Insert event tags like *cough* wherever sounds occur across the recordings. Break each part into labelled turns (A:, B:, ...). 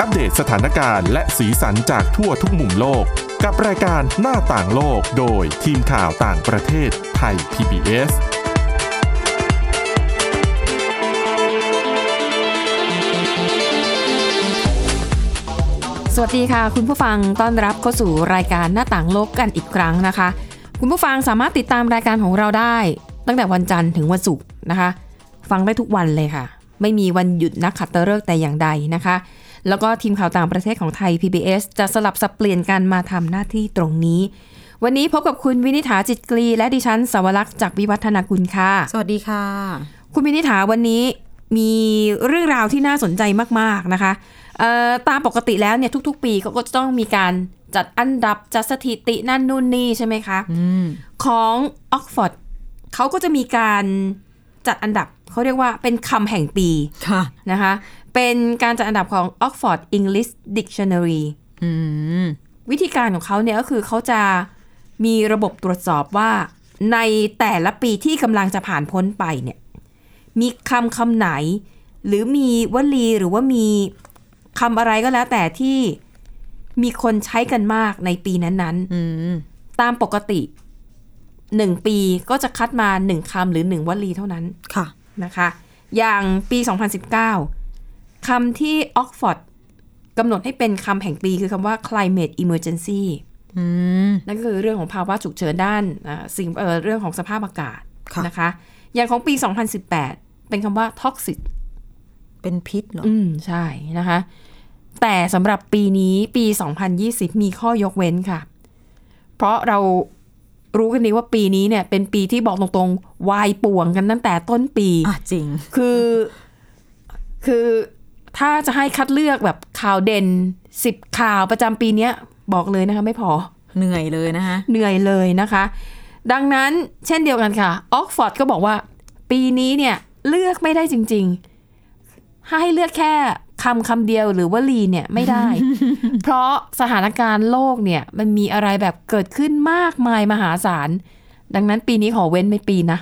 A: อัปเดตสถานการณ์และสีสันจากทั่วทุกมุมโลก กับรายการหน้าต่างโลกโดยทีมข่าวต่างประเทศไทย PBS
B: สวัสดีค่ะ คุณผู้ฟังต้อนรับเข้าสู่รายการหน้าต่างโลกกันอีกครั้งนะคะ คุณผู้ฟังสามารถติดตามรายการของเราได้ ตั้งแต่วันจันทร์ถึงวันศุกร์นะคะ ฟังได้ทุกวันเลยค่ะ ไม่มีวันหยุดนักขัตฤกษ์แต่อย่างใดนะคะ แล้วก็ทีมข่าวต่างประเทศของไทย PBS จะสลับสับเปลี่ยนกันมาทำหน้าที่ตรงนี้ วันนี้พบกับคุณวินิษฐาจิตกรี และดิฉันสวรักษ์จากวิวัฒนาคุณค่ะ
C: สวัสดีค่ะ
B: คุณมินิษฐาวันนี้มีเรื่องราวที่น่าสนใจมาก ๆ นะคะเอ่อตามปกติแล้วเนี่ยทุก ๆ ปีเขาก็จะต้องมีการจัดอันดับจัดสถิตินั่นนู่นนี่ใช่ไหมคะ
C: อืม
B: ของออกฟอร์ดเขาก็จะมีการจัดอันดับเขาเรียกว่าเป็นคำแห่งปี
C: ค่ะ
B: นะคะ เป็นการจัดอันดับของ Oxford English Dictionary
C: อืม
B: วิธีการของเขาเนี่ยก็คือเขาจะมีระบบตรวจสอบว่าในแต่ละปีที่กำลังจะผ่านพ้นไปเนี่ยมีคำคำไหน หรือมีวลีหรือว่ามีคำอะไรก็แล้ว แต่ที่มีคนใช้กันมากในปีนั้น
C: อืม
B: ๆ ตามปกติหนึ่งปีก็จะคัดมาหนึ่งคำหรือหนึ่งวลีเท่านั้น
C: ค่ะ
B: นะคะ อย่างปี 2019 คำที่ออกฟอร์ดกำหนดให้เป็นคำแห่งปีคือคำว่า climate emergency
C: อืม
B: นั่นก็คือเรื่องของภาวะฉุกเฉินด้านอ่าสิ่งเอ่อเรื่องของสภาพอากาศ
C: ค่ะ
B: นะคะ อย่างของปี 2018 เป็นคำว่า toxic
C: เป็นพิษเหรอ
B: อืม ใช่นะคะ แต่สำหรับปีนี้ปี 2020 มีข้อยกเว้นค่ะ เพราะเรารู้กันดีว่าปีนี้เนี่ย เป็นปีที่บอกตรงๆ วายป่วงกันตั้งแต่ต้นปี
C: อ่ะจริง
B: คือคือถ้าจะให้คัดเลือกแบบข่าวเด่นสิบข่าวประจำปีเนี้ย บอกเลยนะคะ ไม่พอ
C: เหนื่อยเลยนะคะ
B: เหนื่อยเลยนะคะ ดังนั้นเช่นเดียวกันค่ะออกฟอร์ดก็บอกว่า ปีนี้เนี่ย เลือกไม่ได้จริง ๆ ให้เลือกแค่คำคำเดียวหรือว่าลีเนี่ยไม่
C: *laughs*
B: ได้ เพราะสถานการณ์โลกเนี่ย มันมีอะไรแบบเกิดขึ้นมากมายมหาศาล ดังนั้นปีนี้ขอเว้นไม่ปีนะ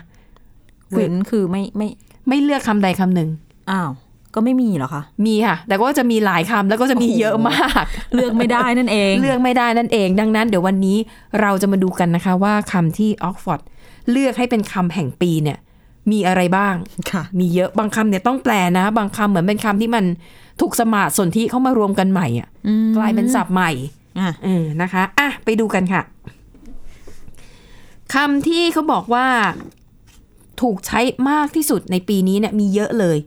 B: คือ
C: เว้นคือไม่ไม่
B: ไม่เลือกคำใดคำหนึ่ง
C: อ้าว ก็ไม่มีเหรอคะ
B: มีค่ะ แต่ก็จะมีหลายคำแล้วก็จะมีเยอะมาก
C: เลือกไม่ได้นั่นเอง
B: เลือกไม่ได้นั่นเอง ดังนั้นเดี๋ยววันนี้เราจะมาดูกันนะคะว่าคำที่ออกฟอร์ดเลือกให้เป็นคำแห่งปีเนี่ย มีอะไรบ้าง
C: ค่ะ
B: มีเยอะบางคำเนี่ยต้องแปลนะ บางคำเหมือนเป็นคำที่มันถูกสมาสนธิเข้ามารวมกันใหม่อะ
C: อืม
B: กลายเป็นศัพท์ใหม่
C: อ่ะ
B: เออนะคะ อ่ะ ไปดูกันค่ะ คำที่เขาบอกว่าถูกใช้มากที่สุดในปีนี้เนี่ยมีเยอะเลย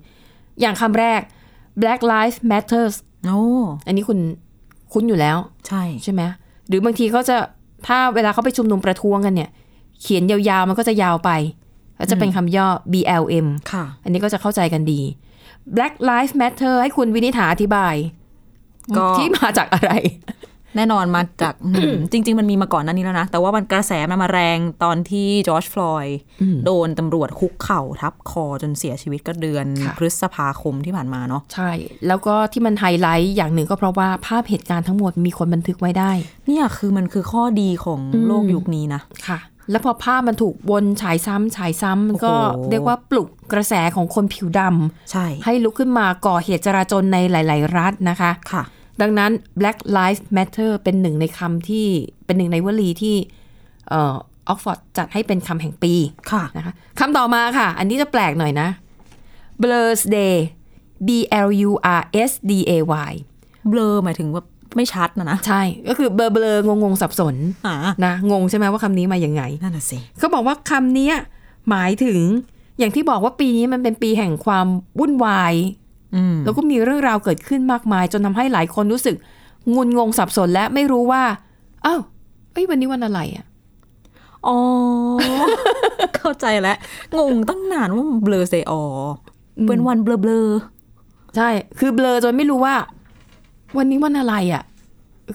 B: อย่างคำแรก Black Lives Matters
C: โอ้
B: อันนี้คุณคุ้นอยู่แล้ว
C: ใช่
B: ใช่ไหม หรือบางทีเขาจะถ้าเวลาเขาไปชุมนุมประท้วงกันเนี่ย เขียนยาวๆ มันก็จะยาวไป ก็จะเป็นคำย่อ BLM
C: ค่ะ
B: อันนี้ก็จะเข้าใจกันดี Black Lives Matter ให้คุณวินิษฐาอธิบาย
C: ก็
B: ที่มาจากอะไร
C: แน่นอนมาจากอืมจริง ๆ มันมีมาก่อนหนั้นนี้แล้วนะ แต่ว่ามันกระแสมันมาแรงตอนที่จอร์จฟลอยด์โดนตำรวจคุกเข่าทับคอจนเสียชีวิตก็เดือน
B: ค่ะ
C: พฤษภาคมที่ผ่านมาเนาะ
B: ใช่ แล้วก็ที่มันไฮไลท์อย่างหนึ่งก็เพราะว่าภาพเหตุการณ์ทั้งหมดมีคนบันทึกไว้ได้
C: เนี่ยคือมันคือข้อดีของโลกยุคนี้นะ
B: ค่ะ แล้วพอภาพมันถูกวนฉายซ้ำฉายซ้ำมันก็
C: โอ้โห
B: เรียกว่าปลุกกระแสของคนผิวด
C: ใช่
B: ำให้ลุกขึ้นมาก่อเหตุจราจนในหลาย ๆ รัฐนะคะ
C: ค่ะ
B: ดังนั้น Black Lives Matter เป็นหนึ่งในคำที่เป็นหนึ่งในวลีที่เออกฟอร์ดจัดให้เป็นคำแห่งปี
C: ค่ะ
B: นะคะคำต่อมาค่ะ อันนี้จะแปลกหน่อยนะ Blur's Day B L U R S D A Y
C: เบลอหมายถึงว่าไม่ชัดนะนะ
B: ใช่ ก็คือเบลอเบลองงงๆสับสน
C: อ่า
B: นะ งงใช่ไหมว่าคำนี้มาอย่างไง
C: นั่นน่ะสิ
B: เขาบอกว่าคำเนี้ยหมายถึงอย่างที่บอกว่าปีนี้มันเป็นปีแห่งความวุ่นวาย
C: อืม
B: แล้วก็มีเรื่องราวเกิดขึ้นมากมาย จนทำให้หลายคนรู้สึก งุนงงสับสนและไม่รู้ว่า อ้าวเอ้ยวันนี้วันอะไรอ่ะ *laughs*
C: อ๋อ เข้าใจแล้ว งงตั้งนานว่ามันเบลอเซออเป็นวันเบลอเบลอ
B: ใช่ คือเบลอจนไม่รู้ว่า วันนี้วันอะไรอ่ะ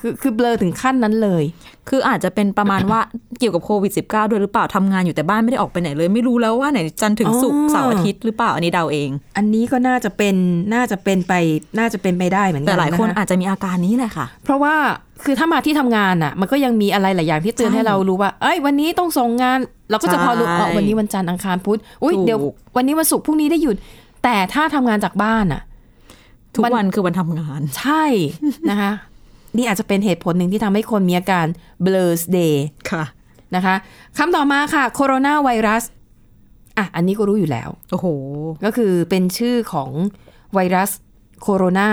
B: คือคือเบลอถึงขั้นนั้นเลย
C: ๆคืออาจจะเป็นประมาณว่า เกี่ยวกับโควิด -19 ด้วยหรือเปล่าทำงานอยู่แต่บ้านไม่ได้ออกไปไหนเลย ไม่รู้แล้วว่าไหนจันทร์ถึงศุก
B: อ๋
C: ร์
B: อ
C: เสาร์อาทิตย์หรือเปล่าอันนี้เดาเอง
B: อันนี้ก็น่าจะเป็นน่าจะเป็นไปน่าจะเป็นไปได้เหมือนกัน
C: แต่หลายคน
B: นะะ
C: อาจจะมีอาการนี้แหละค่ะ
B: เพราะว่าคือถ้ามาที่ทำงานอ่ะ มันก็ยังมีอะไรหลายอย่างที่เตือน
C: ใช่
B: ให้เรารู้ว่า เอ้ยวันนี้ต้องส่งงาน เราก็จะพอรู้
C: ใช่
B: อ๋อวันนี้วันจันทร์อังคารพุธอุ้ย
C: ถูก
B: เดี๋ยววันนี้วันศุกร์พรุ่งนี้ได้หยุด แต่ถ้าทำงานจากบ้านอ่ะ
C: ทุก
B: มัน
C: วันคือวันทำงาน
B: ใช่ *laughs* นะคะ นี่อาจจะเป็นเหตุผลหนึ่งที่ทำให้คนมีอาการ blur day
C: ค่ะ
B: นะคะคำต่อมาค่ะโคโรนาไวรัสอ่ะอันนี้ก็รู้อยู่แล้ว
C: โอ้โห
B: ก็คือเป็นชื่อของไวรัสโคโรนา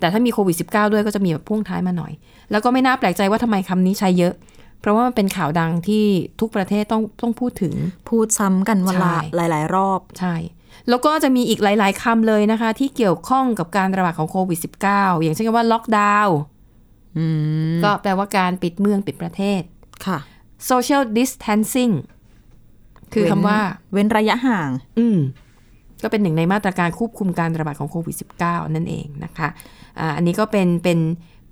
B: แต่ถ้ามีโควิด -19 ด้วยก็จะมีแบบพ่วงท้ายมาหน่อย แล้วก็ไม่น่าแปลกใจว่าทำไมคำนี้ใช้เยอะ เพราะว่ามันเป็นข่าวดังที่ทุกประเทศต้องต้องพูดถึง
C: พูดซ้ำกันวันละ
B: ใช่
C: หลาย ๆ รอบ
B: ใช่ แล้วก็จะมีอีกหลาย ๆคำเลยนะคะ ที่เกี่ยวข้องกับการระบาดของโควิด -19 อย่างเช่นคำว่าล็อกดาวน์
C: อืม
B: ก็แปลว่าการปิดเมืองปิดประเทศ
C: ค่ะ
B: social distancing คือคำว่า
C: เว้นระยะห่าง
B: อืม ก็เป็นหนึ่งในมาตรการควบคุมการระบาดของโควิด -19 นั่นเองนะคะอ่าอันนี้ก็เป็นเป็น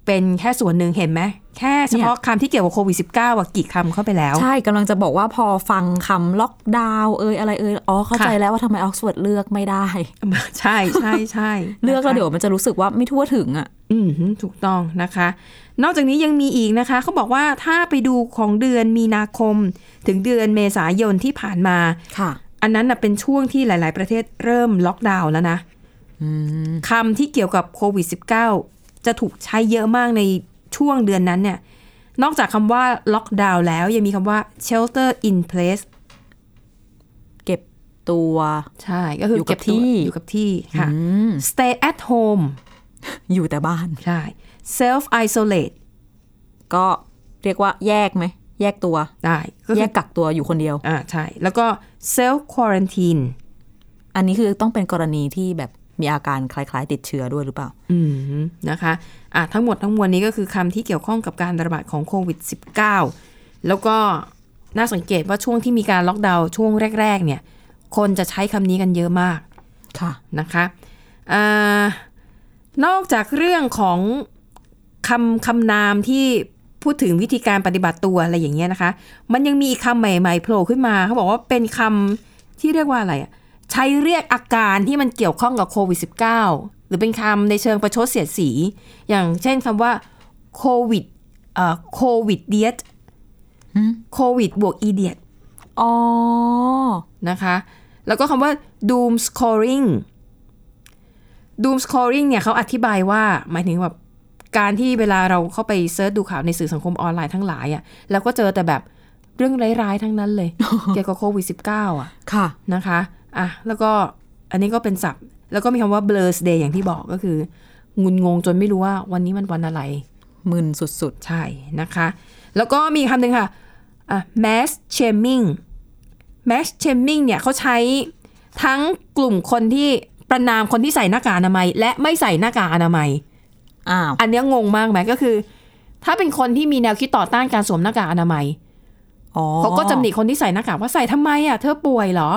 B: เป็นแค่ส่วนหนึ่งเห็นไหม แค่เฉพาะคำที่เกี่ยวกับโควิด -19 ว่ากี่คำเข้าไปแล้ว
C: ใช่กำลังจะบอกว่าพอฟังคำล็อกดาวน์เอยอะไรเอยอ๋อ เข้า
B: ค่ะ
C: ใจแล้วว่าทำไมออกซฟอร์ดเลือกไม่ได้
B: ใช่ใช่ใช่
C: *laughs* เลือกแล้ว
B: นะคะ
C: เดี๋ยวมันจะรู้สึกว่าไม่ทั่วถึงอ่ะ
B: อืมฮึถูกต้องนะคะ นอกจากนี้ยังมีอีกนะคะ เขาบอกว่าถ้าไปดูของเดือนมีนาคม ถึงเดือนเมษายนที่ผ่านมา
C: ค่ะ
B: อันนั้นนะเป็นช่วงที่หลาย ๆ ประเทศเริ่มล็อกดาวน์แล้วนะ
C: อืม
B: คำที่เกี่ยวกับโควิด -19 จะถูกใช้เยอะมากในช่วงเดือนนั้นเนี่ย นอกจากคำว่าล็อกดาวน์แล้ว ยังมีคำว่า shelter in place
C: เก็บตัว
B: ใช่ ก็คืออยู่
C: กับที่
B: อยู่กับที่ค่ะ
C: อืม
B: stay at home
C: อยู่แต่บ้าน
B: ใช่ self isolate
C: ก็เรียกว่าแยกไหม แยกตัว
B: ได้ก็
C: แย
B: คื
C: ก
B: อ
C: กักตัวอยู่คนเดียว
B: อ่าใช่ แล้วก็ self quarantine
C: อันนี้คือต้องเป็นกรณีที่แบบมีอาการคล้าย ๆ ติดเชื้อด้วยหรือเปล่า
B: อืมนะคะอ่ะทั้งหมดทั้งมวลนี้ก็คือคำที่เกี่ยวข้องกับการระบาดของโควิด -19 แล้วก็น่าสังเกตว่าช่วงที่มีการล็อกดาวน์ช่วงแรก ๆ เนี่ย คนจะใช้คำนี้กันเยอะมาก
C: ค่ะ
B: นะคะอานอกจากเรื่องของคำคำนามที่พูดถึงวิธีการปฏิบัติตัวอะไรอย่างเงี้ยนะคะ มันยังมีอีกคำใหม่ๆโผล่ขึ้นมาเขาบอกว่าเป็นคำที่เรียกว่าอะไรอะใช้เรียกอาการที่มันเกี่ยวข้องกับโควิด -19 หรือเป็นคำในเชิงประชดเสียดสี อย่างเช่นคำว่าโควิดเอ่อโควิดเดียต
C: หืม
B: โควิดบวกอีเดียต
C: อ๋อ
B: นะคะ แล้วก็คำว่า doom scoring doom scoring เนี่ยเขาอธิบายว่าหมายถึงแบบการที่เวลาเราเข้าไปเซิร์ชดูข่าวในสื่อสังคมออนไลน์ทั้งหลายอะ่ะแล้วก็เจอแต่แบบเรื่องร้ายๆทั้งนั้นเลย เกี่ยวกับโควิด -19 อ่ะ
C: ค่ะ
B: นะคะอ่ะแล้วก็อันนี้ก็เป็นศัพท์ แล้วก็มีคำว่า blur day อย่างที่บอกก็คือ งุนงงจนไม่รู้ว่าวันนี้มันวันอะไร
C: มึนสุด
B: ใช่นะคะ แล้วก็มีคำหนึ่งค่ะอ่ะ mass shaming mass shaming เนี่ยเขาใช้ทั้งกลุ่มคนที่ประนามคนที่ใส่หน้ากากอนามัย และไม่ใส่หน้ากากอนามัย
C: ๆ อ้าว
B: อันเนี้ยงงมากไหมก็คือ ถ้าเป็นคนที่มีแนวคิดต่อต้านการสวมหน้ากากอนามัย
C: อ๋อ
B: เขาก็จำหนิคนที่ใส่หน้ากากว่าใส่ทำไมอ่ะเธอป่วยเหรอ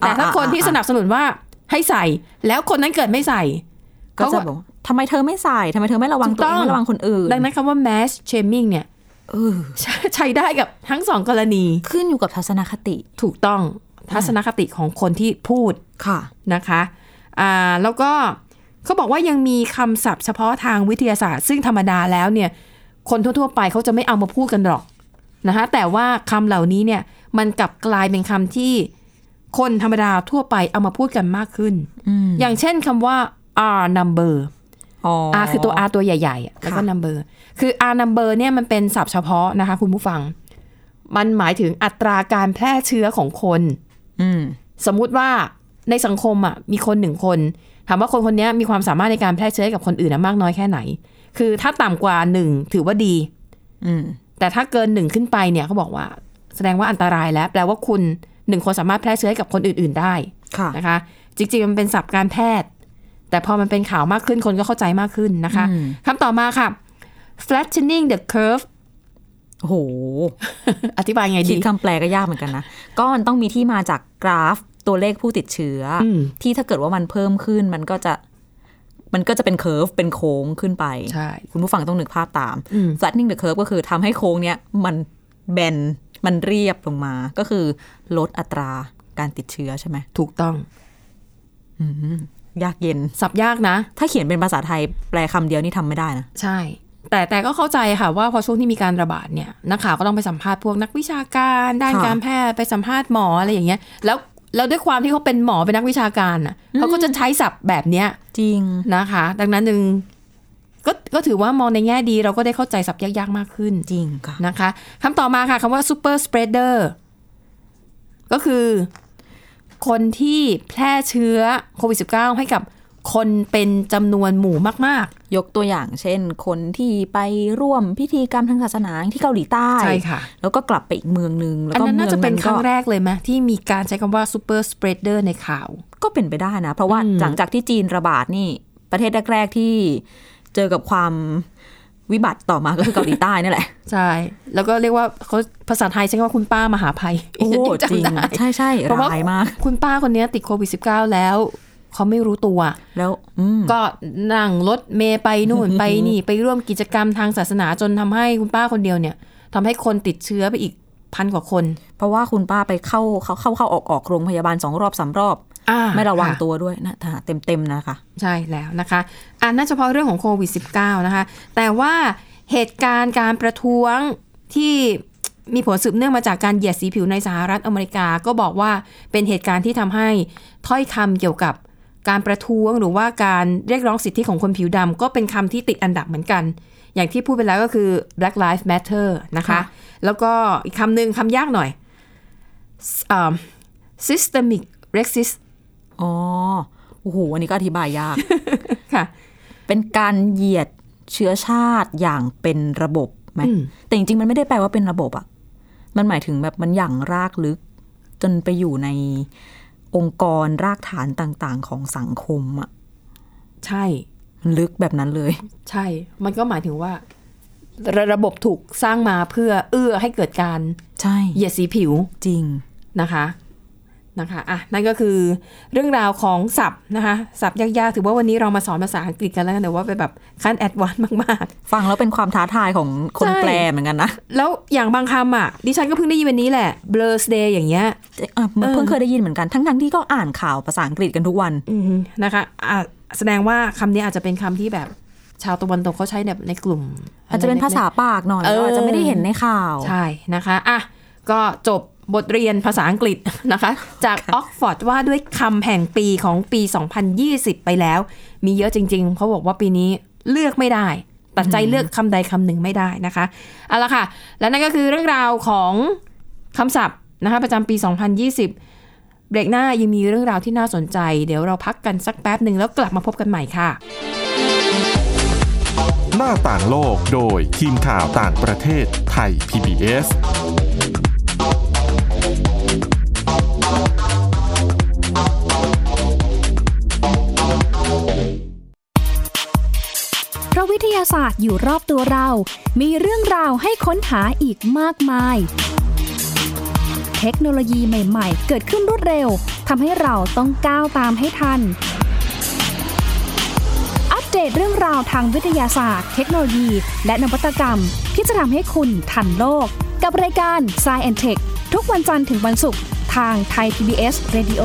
B: แต่ถ้า
C: อ่า
B: คนที่
C: อ่า
B: สนับสนุนว่าให้ใส่ แล้วคนนั้นเกิดไม่ใส่
C: ก็
B: เขา
C: จะ
B: ก็
C: บอกว่าทำไมเธอไม่ใส่ทำไมเธอไม่ระวัง
B: ถูก
C: ตัว
B: ต้อง
C: เองไม่ระวังคนอื่น
B: ดังนั้นคำว่า mass shaming เนี่ย
C: เออ
B: ใช้ใช้ได้กับทั้งสองกรณี
C: ขึ้นอยู่กับทัศนคติ
B: ถูกต้องทัศนคติของคนที่พูด
C: ค่ะ
B: นะคะอ่าแล้วก็เขาบอกว่ายังมีคำศัพท์เฉพาะทางวิทยาศาสตร์ ซึ่งธรรมดาแล้วเนี่ย คนทั่ว ๆ ไปเขาจะไม่เอามาพูดกันหรอกนะคะแต่ว่าคำเหล่านี้เนี่ยมันกลับกลายเป็นคำที่คนธรรมดาทั่วไปเอามาพูดกันมากขึ้น
C: อืม
B: อย่างเช่นคำว่า R number
C: อ๋อ
B: R คือตัว R ตัวใหญ่ๆอะแล้วก็
C: ค่ะ
B: number คือ R number เนี่ยมันเป็นศัพท์เฉพาะนะคะคุณผู้ฟัง มันหมายถึงอัตราการแพร่เชื้อของคน
C: อืม
B: สมมุติว่าในสังคมอ่ะมีคนหนึ่งคน ถามว่าคนคนเนี้ยมีความสามารถในการแพร่เชื้อให้กับคนอื่นอะมากน้อยแค่ไหน คือถ้าต่ำกว่าหนึ่งถือว่าดี
C: อืม
B: แต่ถ้าเกินหนึ่งขึ้นไปเนี่ยเขาบอกว่า แสดงว่าอันตรายแล้ว แปลว่าคุณหนึ่งคนสามารถแพร่เชื้อให้กับคนอื่น ๆ ได้
C: ค่ะ
B: นะคะจริงๆ มันเป็นศัพท์การแพทย์ แต่พอมันเป็นข่าวมากขึ้นคนก็เข้าใจมากขึ้นนะคะ
C: อืม
B: คำต่อมาค่ะ flattening the curve *laughs*
C: โอ้โห
B: อธิบายไง
C: คิ
B: ดี
C: ดคำแปลก็ยากเหมือนกันนะ ก็มันต้องมีที่มาจากกราฟตัวเลขผู้ติดเชื้ออ
B: ม
C: ที่ถ้าเกิดว่ามันเพิ่มขึ้นมันก็จะ มันก็จะเป็นเคอร์ฟเป็นโค้งขึ้นไป
B: ใช่
C: คุณผู้ฟังต้องนึกภาพตาม
B: อืม
C: flattening the curve ก็คือทำให้โค้งเนี้ยมันแบน มันเรียบลงมา ก็คือลดอัตราการติดเชื้อใช่ไหม
B: ถูกต้อง
C: ยากเย็น
B: สับยากนะ
C: ถ้าเขียนเป็นภาษาไทยแปลคำเดียวนี่ทำไม่ได้นะ
B: ใช่ แต่แต่ก็เข้าใจค่ะว่าพอช่วงที่มีการระบาดเนี่ยนักข่าวก็ต้องไปสัมภาษณ์พวกนักวิชาการ ด้าน
C: ค่ะ
B: การแพทย์ไปสัมภาษณ์หมออะไรอย่างเงี้ย แล้ว แล้วด้วยความที่เขาเป็นหมอเป็นนักวิชาการน่ะเขาก็จะใช้ศัพท์แบบเนี้ย
C: จริง
B: นะคะ ดังนั้นหนึ่งก็ก็ถือว่ามองในแง่ดีเราก็ได้เข้าใจศัพท์ยากๆมากขึ้น
C: จริงค่ะ
B: นะคะคำต่อมาค่ะคำว่า super spreader ก็คือ คนที่แพร่เชื้อโควิด -19 ให้กับคนเป็นจำนวนหมู่มาก
C: ยกตัวอย่างเช่น คนที่ไปร่วมพิธีกรรมทางศาสนาที่เกาหลีใต้
B: ๆ ใช่ค่ะ
C: แล้วก็กลับไปอีกเมืองหนึ่งแล้ว
B: อัน
C: ก็
B: นั้น
C: เมื
B: น่า
C: อง
B: จะเป็น
C: นั้น
B: ครั้ง
C: ก็
B: แรกเลยไหมที่มีการใช้คำว่า super spreader ในข่าว
C: ก็เป็นไปได้นะ เพราะว่า
B: อืม
C: หลังจากที่จีนระบาดนี่ ประเทศแรก ๆ ที่เจอกับความวิบัติต่อมาก็คือเกาหลีใต้นี่แหละ
B: ใช่ แล้วก็เรียกว่าเขาภาษาไทยใช้คำว่าคุณป้ามหาภัย
C: โอ้
B: *laughs* จำ
C: จริง
B: ได้
C: ใช่ใช่
B: เพราะว่า
C: ร้ายมาก
B: คุณป้าคนเนี้ยติดโควิด -19 แล้ว เขาไม่รู้ตัว
C: แล้วอืม
B: ก็นั่งรถเมย์ไปนู่
C: *laughs*
B: น ไปนี่ไปร่วมกิจกรรมทางศาสนาจนทำให้คุณป้าคนเดียวเนี่ยทำให้คนติดเชื้อไปอีกพันกว่าคน
C: เพราะว่าคุณป้าไปเข้าเขาเข้าเข้าออกออกโรงพยาบาลสองรอบสามรอบ ไม่ระวัง
B: ค่
C: ตัวด้วยนะเต็มเต็มๆนะคะ
B: ใช่แล้วนะคะอ่ะน่าจะเฉพาะเรื่องของโควิด -19 นะคะ แต่ว่าเหตุการณ์การประท้วงที่มีผลสืบเนื่องมาจากการเหยียดสีผิวในสหรัฐอเมริกา ก็บอกว่าเป็นเหตุการณ์ที่ทำให้ถ้อยคำเกี่ยวกับการประท้วงหรือว่าการเรียกร้องสิทธิของคนผิวดำก็เป็นคำที่ติดอันดับเหมือนกัน อย่างที่พูดไปแล้วก็คือ Black Lives Matter นะคะ
C: ค่ะ
B: แล้วก็อีกคำหนึ่งคำยากหน่อยเอิ่ม systemic racism
C: อ๋อโอ้โหอันนี้ก็อธิบายยาก
B: ค่ะ
C: เป็นการเหยียดเชื้อชาติอย่างเป็นระบบไหม
B: อืม
C: แต่จริงๆ มันไม่ได้แปลว่าเป็นระบบอะมันหมายถึงแบบมันอย่างรากลึก จนไปอยู่ในองค์กรรากฐานต่างๆ ของสังคมอะ
B: ใช่
C: มันลึกแบบนั้นเลย
B: ใช่ มันก็หมายถึงว่า ระระบบถูกสร้างมาเพื่อเอื้อให้เกิดการ
C: ใช่
B: เหยียดสีผิว
C: จริง
B: นะคะนะคะอ่ะนั่นก็คือเรื่องราวของศัพท์นะคะศัพท์ยากๆ ถือว่าวันนี้เรามาสอนภาษาอังกฤษกันแล้วกันแต่ว่าไปแบบขั้นแอดวานซ์มาก
C: ฟังแล้วเป็นความท้าทายของคน
B: ใช่
C: แปลเหมือนกันนะ
B: ๆ แล้วอย่างบางคำอ่ะ ดิฉันก็เพิ่งได้ยินวันนี้แหละ blur day อย่างเงี้ย
C: อ่ะมัน
B: เออ
C: เพิ่งเคยได้ยินเหมือนกันทั้งๆที่ก็อ่านข่าวภาษาอังกฤษกันทุกวัน
B: อืมนะคะอ่ะแสดงว่าคำนี้อาจจะเป็นคำที่แบบชาวตะวันตกเขาใช้แบบในกลุ่ม
C: อาจจะเป็น
B: ไร
C: ภา
B: ล็กๆ
C: ษาปากหน่อย
B: เออ
C: เราอาจจะไม่ได้เห็นในข่าว
B: ใช่นะคะ อ่ะ ก็จบบทเรียนภาษาอังกฤษ นะคะ
C: *laughs*
B: จากออกฟอร์ดว่าด้วยคำแห่งปีของปี 2020 ไปแล้ว มีเยอะจริงๆ เขาบอกว่าปีนี้เลือกไม่ได้ ตัดใจเลือกคำใดคำหนึ่งไม่ได้นะคะ เอาละค่ะ และนั่นก็คือเรื่องราวของคำศัพท์นะคะประจำปี 2020 เบรกหน้ายังมีเรื่องราวที่น่าสนใจ เดี๋ยวเราพักกันสักแป๊บหนึ่งแล้วกลับมาพบกันใหม่ค่ะ
A: หน้าต่างโลกโดยทีมข่าวต่างประเทศไทย PBS
D: เพราะวิทยาศาสตร์อยู่รอบตัวเรา มีเรื่องราวให้ค้นหาอีกมากมาย เทคโนโลยีใหม่ๆ เกิดขึ้นรวดเร็ว ทำให้เราต้องก้าวตามให้ทัน อัปเดตเรื่องราวทางวิทยาศาสตร์ เทคโนโลยี และนวัตกรรม ที่จะทำให้คุณทันโลก กับรายการ s c i e n t e c h ทุกวันจันทร์ถึงวันศุกร์ทางไทย PBS Radio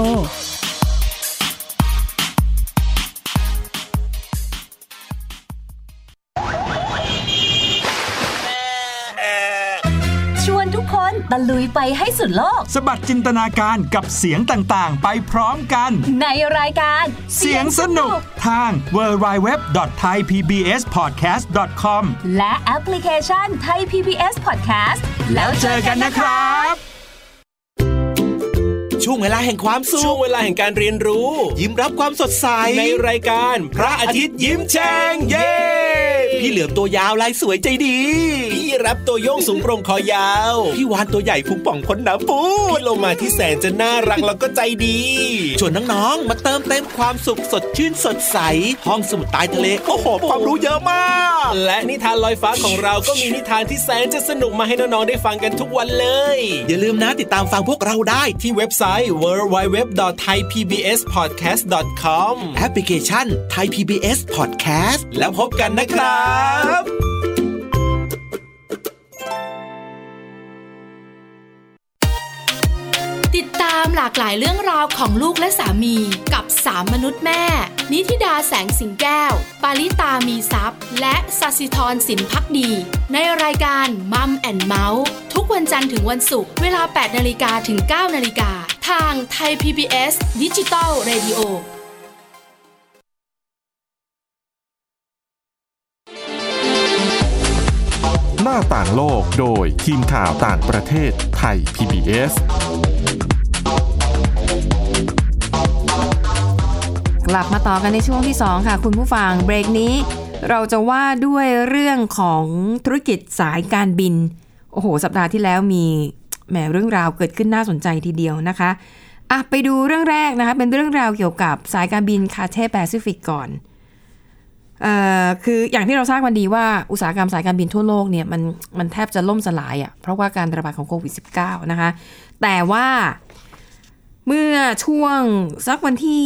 E: ชวนทุกคนตะลุยไปให้สุดโลก
F: สะบัดจินตนาการกับเสียงต่างๆ ไปพร้อมกัน
E: ในรายการ
F: เสียงสนุกทาง w w w t h a i p b s p o d c a s t c o m
E: และแอปพลิเคชันไทย PBS Podcast
F: แล้วเจอกันนะครับ
G: ช่วงเวลาแห่งความสุข
H: ช่วงเวลาแห่งการเรียนรู้
G: ยิ้มรับความสดใส
H: ในรายการพระอาทิตย์ยิ้มแฉ่งเย้
G: พี่เหลือมตัวยาวลายสวยใจดี
H: พี่รับตัวโยงสูงโปร่งคอยาว
G: พี่วานตัวใหญ่พุงป่องพ้นน้ำปู
H: พี่
G: ด
H: โลมาที่แสนจะน่ารักแล้วก็ใจดี
G: ชวนน้องๆ มาเติมเต็มความสุขสดชื่นสดใส ห้องสมุดใตายทะเลโอ้โหความรู้เยอะมาก
H: และนิทานลอยฟ้าของเราก็มีนิทานที่แสนจะสนุกมาให้น้องๆได้ฟังกันทุกวันเลย
G: อย่าลืมนะติดตามฟังพวกเราได้
H: ที่เว็บไซต์ www.thaipbspodcast.com
G: แอปพลิเคชันไทย PBS Podcast
H: แล้วพบกันนะครับ
I: ติดตาม หลากหลายเรื่องราวของลูกและสามีกับสามมนุษย์แม่ นิธิดาแสงสิงแก้ว ปาริตามีซัพย์ และสัสิธรสินพักดี ในรายการมัมแอนเมาส์ทุกวันจันทร์ถึงวันศุกร์เวลา 8นาฬิกาถึง 9นาฬิกาทางไทย PBS ดิจิตอล Radio
A: หน้าต่างโลกโดยทีมข่าวต่างประเทศไทย PBS
B: กลับมาต่อกันในช่วงที่ 2 ค่ะ คุณผู้ฟังเบรกนี้ เราจะว่าด้วยเรื่องของธุรกิจสายการบิน โอ้โห สัปดาห์ที่แล้วมีแหมเรื่องราวเกิดขึ้นน่าสนใจทีเดียวนะคะอ่ะไปดูเรื่องแรกนะคะ เป็นเรื่องราวเกี่ยวกับสายการบินคาเช่แปซิฟิกก่อนเอ่อคืออย่างที่เราทราบกันดีว่าอุตสาหกรรมสายการบินทั่วโลกเนี่ยมันมันแทบจะล่มสลายอะ่ะเพราะว่าการระบาดของโควิด -19 นะคะ แต่ว่า เมื่อช่วงสักวันที่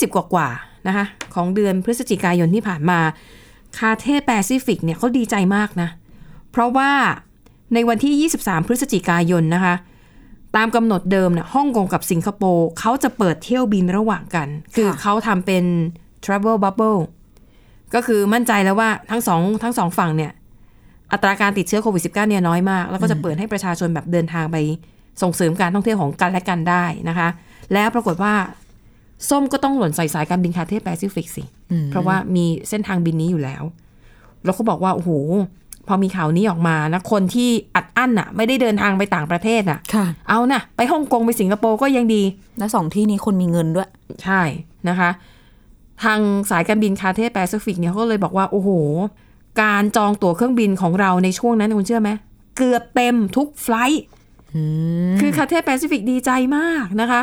B: 20 กว่ากว่าๆนะคะของเดือนพฤศจิกายนที่ผ่านมา คาเทแปซิฟิกเนี่ยเขาดีใจมากนะ เพราะว่าในวันที่ 23 พฤศจิกายนนะคะ ตามกำหนดเดิมเนี่ยฮ่องกงกับสิงคโปร์เขาจะเปิดเที่ยวบินระหว่างกัน คือเขาทำเป็น travel bubble ก็คือมั่นใจแล้วว่าทั้งสองทั้งสองฝั่งเนี่ย อัตราการติดเชื้อโควิด -19 เนี่ยน้อยมาก แล้วก็จะเปิดให้ประชาชนแบบเดินทางไปส่งเสริมการท่องเที่ยวของกันและกันได้นะคะ แล้วปรากฏว่า ส้มก็ต้องหล่นใส่สายการบินคาเทแปซิฟิกสิ เพราะว่ามีเส้นทางบินนี้อยู่แล้ว แล้วก็บอกว่า โอ้โห พอมีข่าวนี้ออกมานะ คนที่อัดอั้นอะไม่ได้เดินทางไปต่างประเทศอะ
C: ค่ะ
B: เอานะไปฮ่องกงไปสิงคโปร์ก็ยังดี
C: และสองที่นี้คนมีเงินด้วย
B: ใช่นะคะ ทางสายการบินคาเทแปซิฟิกเนี่ยเขาก็เลยบอกว่า โอ้โห การจองตั๋วเครื่องบินของเราในช่วงนั้นคุณเชื่อไหม เกือบเต็มทุกไฟลท์คือคาเทแปซิฟิกดีใจมากนะคะ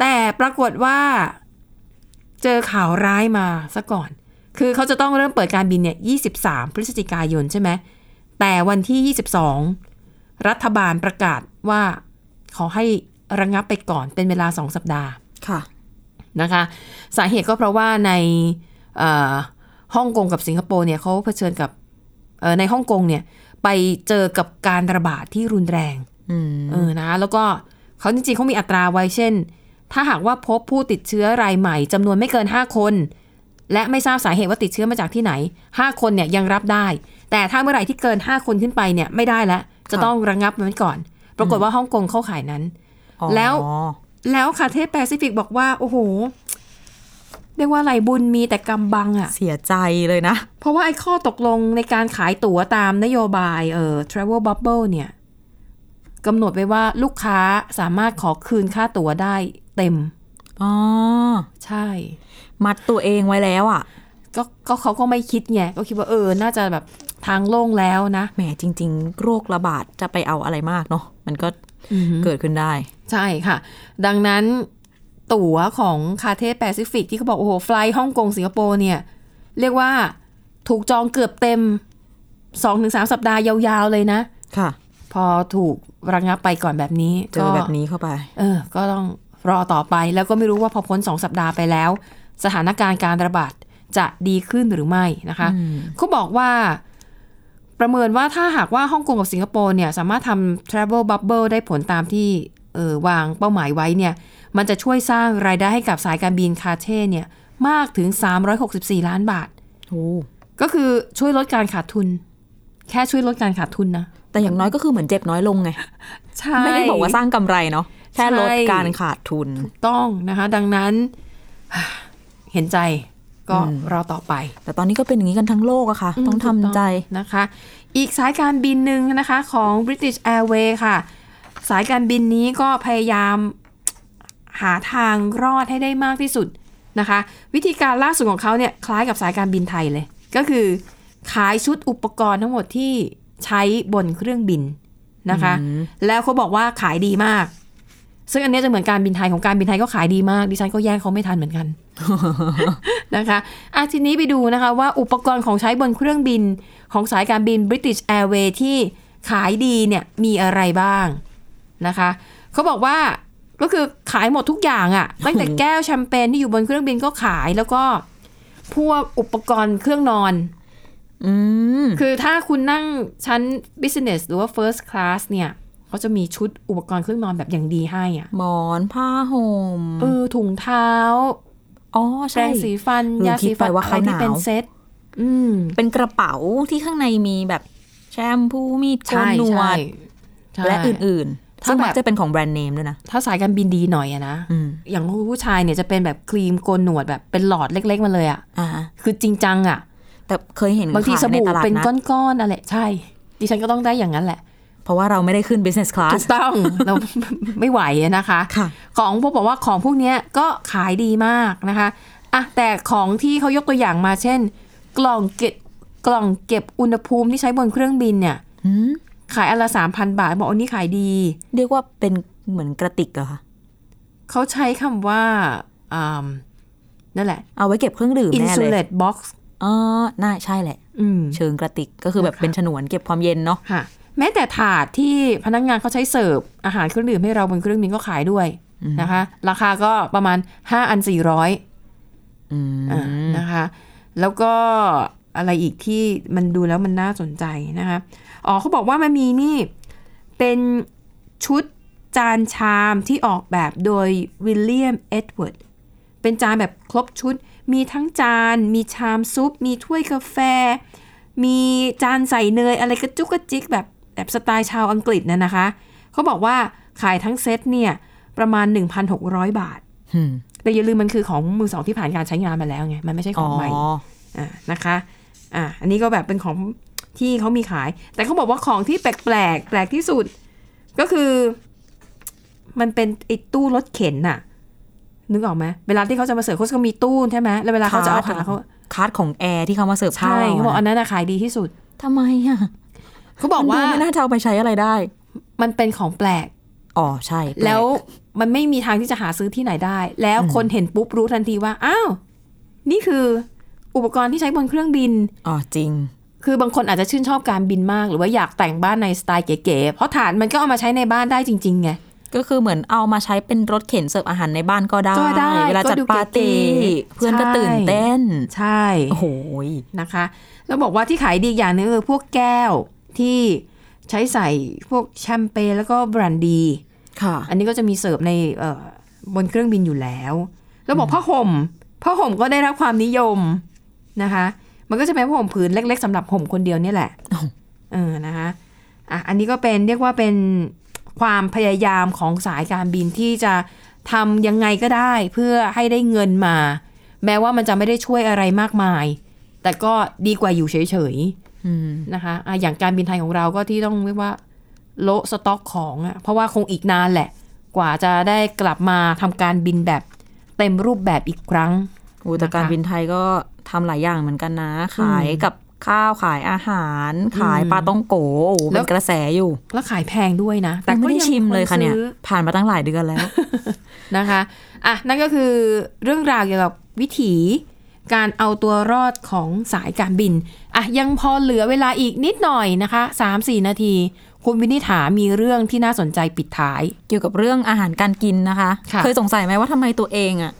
B: แต่ปรากฏว่า เจอข่าวร้ายมาซะก่อน คือเขาจะต้องเริ่มเปิดการบินเนี่ย 23 พฤศจิกายนใช่ไหม แต่วันที่ 22 รัฐบาลประกาศว่าขอให้ระงงับไปก่อนเป็นเวลา 2 สัปดาห์
C: ค่ะ
B: นะคะสาเหตุก็เพราะว่าในเอ่อฮ่องกงกับสิงคโปร์เนี่ยเขาเผชิญกับเอ่อในฮ่องกงเนี่ยไปเจอกับการระบาดที่รุนแรงเออนะแล้วก็เขาจริงๆเขามีอัตราไว้เช่น ถ้าหากว่าพบผู้ติดเชื้อรายใหม่จำนวนไม่เกิน 5 คน และไม่ทราบสาเหตุว่าติดเชื้อมาจากที่ไหน 5 คนเนี่ยยังรับได้ แต่ถ้าเมื่อไหร่ที่เกิน 5 คนขึ้นไปเนี่ยไม่ได้แล้วจะ
C: ค่ะ
B: ต้องระงงับมันไว้ก่อน ปรากฏว่าฮ่องกงเข้าข่ายนั้น
C: อ๋อ
B: แล้ว แล้วคาเทศแปซิฟิกบอกว่า โอ้โห เรียกว่าอะไรบุญมีแต่กำบังอะ่ะ
C: เสียใจเลยนะ
B: เพราะว่าไอ้ข้อตกลงในการขายตั๋วตามนโยบายเอ่อ travel bubble เนี่ยกำหนดไว้ว่าลูกค้าสามารถขอคืนค่าตั๋วได้เต็ม
C: อ๋อ
B: ใช่
C: มัดตัวเองไว้แล้วอ่ะ
B: ก็ก็เขาก็ไม่คิดไง ก็คิดว่าเออ น่าจะแบบทางโล่งแล้วนะ
C: แหมจริง ๆ โรคระบาดจะไปเอาอะไรมากเนาะ มันก็เกิดขึ้นได้
B: ใช่ค่ะ ดังนั้นตั๋วของคาเทสแปซิฟิกที่เขาบอก โอ้โห ไฟลท์ฮ่องกงสิงคโปร์เนี่ย เรียกว่าถูกจองเกือบเต็ม 2-3 สัปดาห์ยาวๆเลยนะ
C: ค่ะ
B: พอถูกระงงับไปก่อนแบบนี้
C: เจอ
B: ก็
C: แบบนี้เข้าไป
B: เออ ก็ต้องรอต่อไปแล้วก็ไม่รู้ว่าพอพ้น 2 สัปดาห์ไปแล้ว สถานการณ์การระบาดจะดีขึ้นหรือไม่นะคะเขาบอกว่า ประเมินว่าถ้าหากว่าฮ่องกงกับสิงคโปร์เนี่ย สามารถทำ Travel Bubble ได้ผลตามที่เออวางเป้าหมายไว้เนี่ย มันจะช่วยสร้างรายได้ให้กับสายการบินคาเช่เนี่ย มากถึง 364 ล้านบาท
C: โอ้
B: ก็คือช่วยลดการขาดทุน แค่ช่วยลดการขาดทุนนะ
C: แต่อย่างน้อยก็คือเหมือนเจ็บน้อยลงไง
B: ใช่
C: ไม่ได้บอกว่าสร้างกำไรเนาะ แค่ลดการขาดทุน
B: ต้องนะคะ ดังนั้น *sighs* เห็นใจก็รอต่อไป
C: แต่ตอนนี้ก็เป็นอย่างนี้กันทั้งโลกอะค่ะ ต้องทำใจ
B: นะคะ อีกสายการบินหนึ่งนะคะของ British Airways ค่ะ สายการบินนี้ก็พยายามหาทางรอดให้ได้มากที่สุดนะคะ วิธีการล่าสุดของเขาเนี่ยคล้ายกับสายการบินไทยเลย ก็คือขายชุดอุปกรณ์ทั้งหมดที่ใช้บนเครื่องบินนะคะ แล้วเขาบอกว่าขายดีมาก ซึ่งอันเนี้ยจะเหมือนการบินไทยของการบินไทยก็ขายดีมาก ดิฉันก็แย่งเขาไม่ทันเหมือนกัน นะคะอาทีนี้ไปดูนะคะว่าอุปกรณ์ของใช้บนเครื่องบินของสายการบิน British Airways ที่ขายดีเนี่ยมีอะไรบ้างนะคะเขาบอกว่าก็คือขายหมดทุกอย่างอะตั้งแต่แก้วแชมเปญที่อยู่บนเครื่องบินก็ขายแล้วก็พวกอุปกรณ์เครื่องนอน
C: อืม
B: คือถ้าคุณนั่งชั้น business หรือว่า first class เนี่ย เขาจะมีชุดอุปกรณ์เครื่องนอนแบบอย่างดีให้อ่ะ
C: หมอนผ้าห่ม
B: เออถุงเท้า
C: อ๋อ
B: แปร
C: ใช่
B: งสีฟัน
C: ลืม
B: ยา
C: คิด
B: สีฟัน
C: ไปว่า
B: อะ
C: เขา
B: ไรที่เป็น
C: หนาว
B: เซ็ตอืม
C: เป็นกระเป๋าที่ข้างในมีแบบแชมพูมีดโกนหนวด
B: ใช่
C: และอื่นๆ
B: ซึ่
C: ซึ่
B: ง
C: ง
B: แบบ
C: มักจะเป็นของแบรนด์เนมด้วยนะ
B: ถ้าสายการบินดีหน่อยอะนะ
C: อืม
B: อย่างผู้ชายเนี่ยจะเป็นแบบครีมโกนหนวดแบบเป็นหลอดเล็ก ๆ มาเลยอะ
C: อ่า
B: คือจริงจังอะ
C: แต่เคยเห็น
B: บางที
C: ขย
B: ส
C: ใน
B: บู่
C: ตลาด
B: เป็น
C: นะ
B: ก้อนๆอะไรใช่ ดิฉันก็ต้องได้อย่างนั้นแหละ
C: เพราะว่าเราไม่ได้ขึ้น business
B: ถู
C: class
B: กต้อง *laughs* เราไม่ไหวอะนะคะ
C: ค่ะ
B: ของพวกบอกว่าของพวกเนี้ยก็ขายดีมากนะคะอ่ะแต่ของที่เขายกตัวอย่างมาเช่น กล่องเก็บกล่องเก็บอุณหภูมิที่ใช้บนเครื่องบินเนี่ย
C: อืม
B: ขายอันละสามพันบาทบอกอันนี้ขายดี
C: เรียกว่าเป็นเหมือนกระติกเหรอคะ
B: เขาใช้คำว่าอ่านั่นแหละ
C: เอาไว้เก็บเครื่องดื่มแน่เลย
B: insulate box
C: อ๋อน่าใช่แหละ
B: อืม
C: เชิงกระติกก็คือแบบ
B: นะคะ
C: เป็นฉนวนเก็บความเย็นเนาะ
B: ค่ะ แม้แต่ถาดที่พนักงานเขาใช้เสิร์ฟอาหารเครื่องดื่มให้เราบนเครื่องบินก็ขายด้วยนะคะ ราคาก็ประมาณ 5 อัน 400
C: อืม
B: อ่านะคะ แล้วก็อะไรอีกที่มันดูแล้วมันน่าสนใจนะคะ อ๋อเขาบอกว่ามันมีนี่ เป็นชุดจานชามที่ออกแบบโดยวิลเลียมเอ็ดเวิร์ด เป็นจานแบบครบชุด มีทั้งจาน มีชามซุป มีถ้วยกาแฟ มีจานใส่เนยอะไรกระจุกกระจิกแบบแบบสไตล์ชาวอังกฤษนะนะคะ เขาบอกว่าขายทั้งเซตเนี่ย ประมาณ 1,600 บาท
C: อืม
B: แต่อย่าลืมมันคือของมือสองที่ผ่านการใช้งานมาแล้วไง มันไม่ใช่ข
C: อ๋
B: อ
C: อง
B: ใหม่ อ่ะนะคะอ่ะอันนี้ก็แบบเป็นของที่เขามีขาย แต่เขาบอกว่าของที่แปลกแปลกแปลกที่สุด ก็คือ มันเป็นไอ้ตู้รถเข็นน่ะ นึกออกไหมเวลาที่เขาจะมาเสิร์ฟเขาก็มีตู้ใช่ไหมแล้วเวลาเขาจะเอาขาเขา
C: คาร์ดของแอร์ที่เขามาเสิร์ฟข้า
B: ใช่
C: ว
B: เขาบอกอันนั้นน่ะขายดีที่สุด
C: ทำไมอ่ะ
B: เขาบอกว่า
C: มันดูไม่น่าจะเอาไปใช้อะไรได้
B: มันเป็นของแปลก
C: อ๋อใช่ปก
B: แล้วมันไม่มีทางที่จะหาซื้อที่ไหนได้ แล้วคนเห็นปุ๊บรู้ทันทีว่าอ้าวนี่คืออุปกรณ์ที่ใช้บนเครื่องบิน
C: อ๋อจริง
B: คือบางคนอาจจะชื่นชอบการบินมาก หรือว่าอยากแต่งบ้านในสไตล์เก๋ๆ เพราะฐานมันก็เอามาใช้ในบ้านได้จริงๆไง
C: ก็คือเหมือนเอามาใช้เป็นรถเข็นเสิร์ฟอาหารในบ้านก็ได้
B: ก็ได้
C: เวลาจัดปาร์ตี้
B: ก็ดูเก๋ๆ
C: เพื่อนก็
B: ใช่
C: ตื่นเต้น
B: ใช่
C: โอ้โหย
B: นะคะ แล้วบอกว่าที่ขายดีอย่างหนึงก็คือพวกแก้วที่ใช้ใส่พวกแชมเปญแล้วก็บรันดี
C: ค่ะ
B: อันนี้ก็จะมีเสิร์ฟในเอ่อบนเครื่องบินอยู่แล้วแล้วบอกผ้าห่มผ้าห่มก็ได้รับความนิยมนะคะ มันก็จะเป็นผ้าห่มผืนเล็ก ๆสำหรับห่มคนเดียวเนี่ยแหละ
C: อ้าว
B: เออนะคะอ่ะอันนี้ก็เป็นเรียกว่าเป็นความพยายามของสายการบินที่จะทำยังไงก็ได้ เพื่อให้ได้เงินมา แม้ว่ามันจะไม่ได้ช่วยอะไรมากมาย แต่ก็ดีกว่าอยู่เฉยๆ
C: อืม
B: นะคะอ่ะอย่างการบินไทยของเราก็ที่ต้องเรียกว่าโละสต็อกของอะเพราะว่าคงอีกนานแหละ กว่าจะได้กลับมาทำการบินแบบเต็มรูปแบบอีกครั้ง
C: โอ้แต่
B: นะคะ
C: การบินไทยก็ทำหลายอย่างเหมือนกันนะ ขายกับข้าวขายอาหาร ขายปลาต้องโกโอ้โห
B: แล้
C: เป็
B: ว
C: นกระแสอยู่
B: แล้วขายแพงด้วยนะ
C: แต่
B: แต่
C: ไม่
B: ก็
C: ได้
B: ยัง
C: ชิมเลยค่ะเนี่ย
B: ซื้อ
C: ผ่านมาตั้งหลายเดือนแล้ว
B: นะคะอ่ะนั่นก็คือเรื่องราวเกี่ยวกับวิถีการเอาตัวรอดของสายการบินอ่ะยังพอเหลือเวลาอีกนิดหน่อยนะคะ 3-4 นาที คุณวินิษฐามีเรื่องที่น่าสนใจปิดท้าย
C: เกี่ยวกับเรื่องอาหารการกินนะคะ
B: ค่ะ
C: เคยสงสัยไหมว่าทำไมตัวเองอะ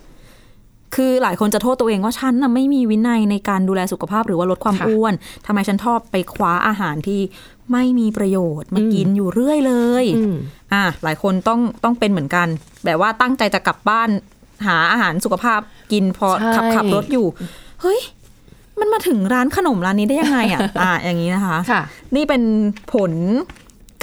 C: คือหลายคนจะโทษตัวเองว่าฉันน่ะไม่มีวินัยในการดูแลสุขภาพหรือว่าลดความอ้วนทำไมฉันชอบไปคว้าอาหารที่ไม่มีประโยชน์มากินอยู่เรื่อยเลย
B: อืม
C: อ่ะหลายคนต้องต้องเป็นเหมือนกัน แบบว่าตั้งใจจะกลับบ้าน หาอาหารสุขภาพกินพอ
B: ใช่
C: ขับขับรถอยู่ เฮ้ย มันมาถึงร้านขนมร้านนี้ได้ยังไงอ่ะ อ่ะอย่างนี้นะคะ
B: ค่ะ
C: นี่เป็นผล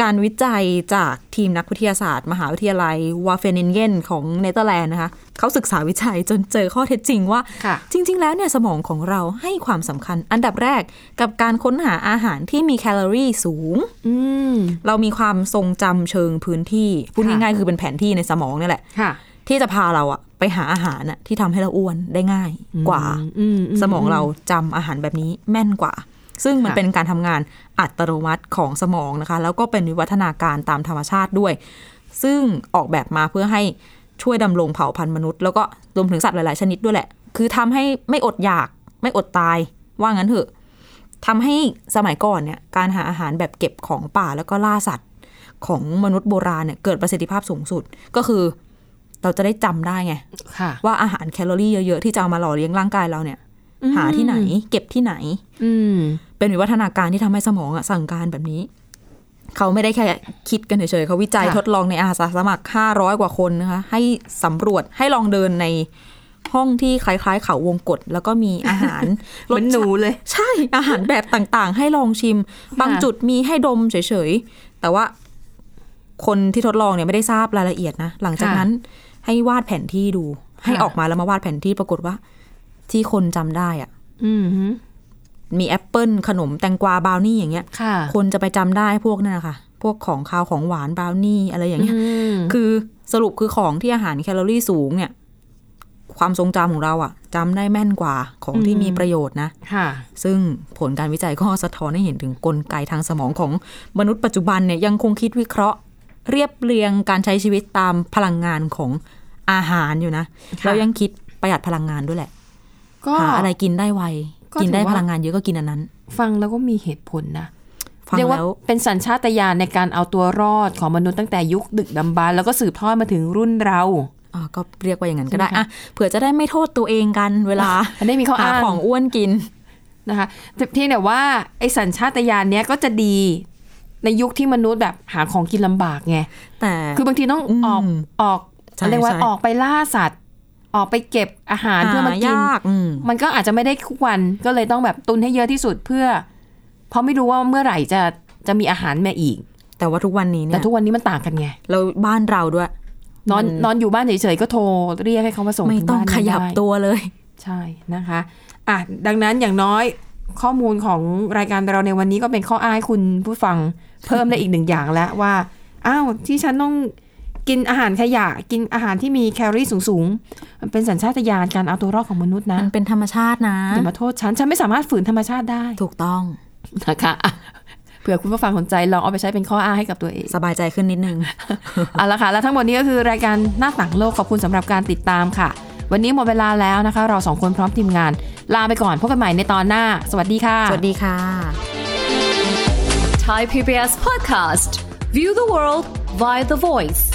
C: การวิจัยจากทีมนักวิทยาศาสตร์ มหาวิทยาลัยวาเฟนินเกนของเนเธอร์แลนด์นะคะเขาศึกษาวิจัยจนเจอข้อเท็จจริงว่า
B: ค่ะ
C: จริง ๆ แล้วเนี่ยสมองของเราให้ความสำคัญ อันดับแรกกับการค้นหาอาหารที่มีแคลอรี่สูง
B: อืม
C: เรามีความทรงจำเชิงพื้นที่ พูด
B: ค่ะ
C: ง่ายๆคือเป็นแผนที่ในสมองเนี่ยแหละ
B: ค่ะ
C: ที่จะพาเราอะไปหาอาหารอะที่ทำให้เราอ้วนได้ง่ายกว่า
B: อืมอื
C: สมองเราจำอาหารแบบนี้แม่นกว่า ซึ่งมัน
B: ค่ะ
C: เป็นการทำงานอัตโนมัติของสมองนะคะ แล้วก็เป็นวิวัฒนาการตามธรรมชาติด้วย ซึ่งออกแบบมาเพื่อให้ช่วยดำรงเผ่าพันธุ์มนุษย์ แล้วก็รวมถึงสัตว์หลาย ๆ ชนิดด้วยแหละ คือทำให้ไม่อดอยากไม่อดตาย ว่างั้นเถอะทำให้สมัยก่อนเนี่ยการหาอาหารแบบเก็บของป่าแล้วก็ล่าสัตว์ของมนุษย์โบราณเนี่ยเกิดประสิทธิภาพสูงสุด ก็คือเราจะได้จำได้ไง
B: ค่ะ
C: ว่าอาหารแคลอรี่เยอะๆ ที่จะเอามาหล่อเลี้ยงร่างกายเราเนี่ย หาที่ไหน เก็บที่ไหน
B: อืม
C: เป็นวิวัฒนาการที่ทำให้สมองอะสั่งการแบบนี้ เขาไม่ได้แค่คิดกันเฉยๆเขาวิจัย
B: ค่ะ
C: ทดลองในอาสาสมัคร 500 กว่าคนนะคะ ให้สำรวจให้ลองเดินในห้องที่คล้ายๆ เขาวงกฏแล้วก็มีอาหาร
B: *laughs* เหมือนหนูเลย
C: ใช่อาหารแบบต่างๆ ให้ลองชิม บางจุดมีให้ดมเฉยๆ แต่ว่าคนที่ทดลองเนี่ยไม่ได้ทราบรายละเอียดนะ หลังจาก
B: ค่ะ
C: นั้นให้วาดแผนที่ดู ให้
B: ค่ะ
C: ออกมาแล้วมาวาดแผนที่ปรากฏว่า ที่คนจำได้อะ
B: อืมฮึ
C: มีแอปเปิลขนมแตงกวาบราวนี่อย่างเงี้ย
B: ค่ะ
C: คนจะไปจำได้พวกนั่นนะคะพวกของคาวของหวานบราวนี่อะไรอย่างเงี้ย
B: อืม
C: คือสรุปคือของที่อาหารแคลอรี่สูงเนี่ย ความทรงจำของเราอะจำได้แม่นกว่าของที่มีประโยชน์นะ
B: ค่ะ
C: ซึ่งผลการวิจัยก็สะท้อนให้เห็นถึงกลไกทางสมองของมนุษย์ปัจจุบันเนี่ยยังคงคิดวิเคราะห์ เรียบเรียงการใช้ชีวิตตามพลังงานของอาหารอยู่นะ
B: ค่ะ
C: เรายังคิดประหยัดพลังงานด้วยแหละ
B: ก็
C: หาอะไรกินได้ไว
B: ก็
C: กินได้
B: ถือว่า
C: พลังงานเยอะก็กินอันนั้น
B: ฟังแล้วก็มีเหตุผลนะ
C: ฟัง
B: เรียกว่า
C: แล้ว
B: เป็นสัญชาตญาณในการเอาตัวรอดของมนุษย์ตั้งแต่ยุคดึกดำบรรพ์แล้วก็สืบทอดมาถึงรุ่นเรา
C: อ่าก็เรียกว่าอย่างนั้นก็ได้
B: ใช่ไหมคะ
C: อ่ะเผื่อจะได้ไม่โทษตัวเองกันเวลา
B: อันนี้มีข้อ
C: หา
B: อ้าง
C: ของอ้วนกิน
B: นะคะแต่เพียงแต่ว่าไอ้สัญชาตญาณเนี้ยก็จะดีในยุคที่มนุษย์แบบหาของกินลำบากไง
C: แต่
B: คือบางทีต้อง
C: อืม
B: ออกออก
C: ใช่
B: เรียกว่า
C: ใช่
B: ออกไปล่าสัตว์ ออกไปเก็บอาหารเพื่อมากิน
C: ยากอืม
B: มันก็อาจจะไม่ได้ทุกวันก็เลยต้องแบบตุนให้เยอะที่สุดเพื่อ เพราะไม่รู้ว่าเมื่อไหร่จะจะมีอาหารมาอีก
C: แต่ว่าทุกวันนี้
B: แต่
C: เนี่ย
B: ทุกวันนี้มันต่างกันไง
C: เราบ้านเราด้วย
B: นอน
C: มัน
B: นอนอยู่บ้านเฉยๆก็โทรเรียกให้เขามาส่ง
C: ไม่
B: ถึ
C: ต้อง
B: บ้าน
C: ขยับ
B: ได้
C: ตัวเลย
B: ใช่นะคะอ่ะดังนั้นอย่างน้อยข้อมูลของรายการเราในวันนี้ก็เป็นข้ออ้างให้คุณผู้ฟัง เพิ่มได้อีกหนึ่งอย่างแล้วว่าอ้าวที่ฉันต้องกินอาหารขยะ กินอาหารที่มีแคลอรี่สูงๆมันเป็นสัญชาตญาณการเอาตัวรอดของมนุษย์นะ
C: มันเป็นธรรมชาตินะ
B: อย่ามาโทษฉันฉันไม่สามารถฝืนธรรมชาติได้
C: ถูกต้อง
B: นะคะ *laughs* อ่ะเผื่อคุณผู้ฟังสนใจลองเอาไปใช้เป็นข้ออ้างให้กับตัวเอง
C: สบายใจขึ้นนิดนึง
B: *laughs* เอาละค่ะ และทั้งหมดนี้ก็คือรายการหน้าต่างโลกขอบคุณสำหรับการติดตามค่ะ วันนี้หมดเวลาแล้วนะคะ เราสองคนพร้อมทีมงาน ลาไปก่อนพบกันใหม่ในตอนหน้า สวัสดีค่ะ
C: สวัสดีค่ะ
E: Thai PBS podcast. View the world via the voice.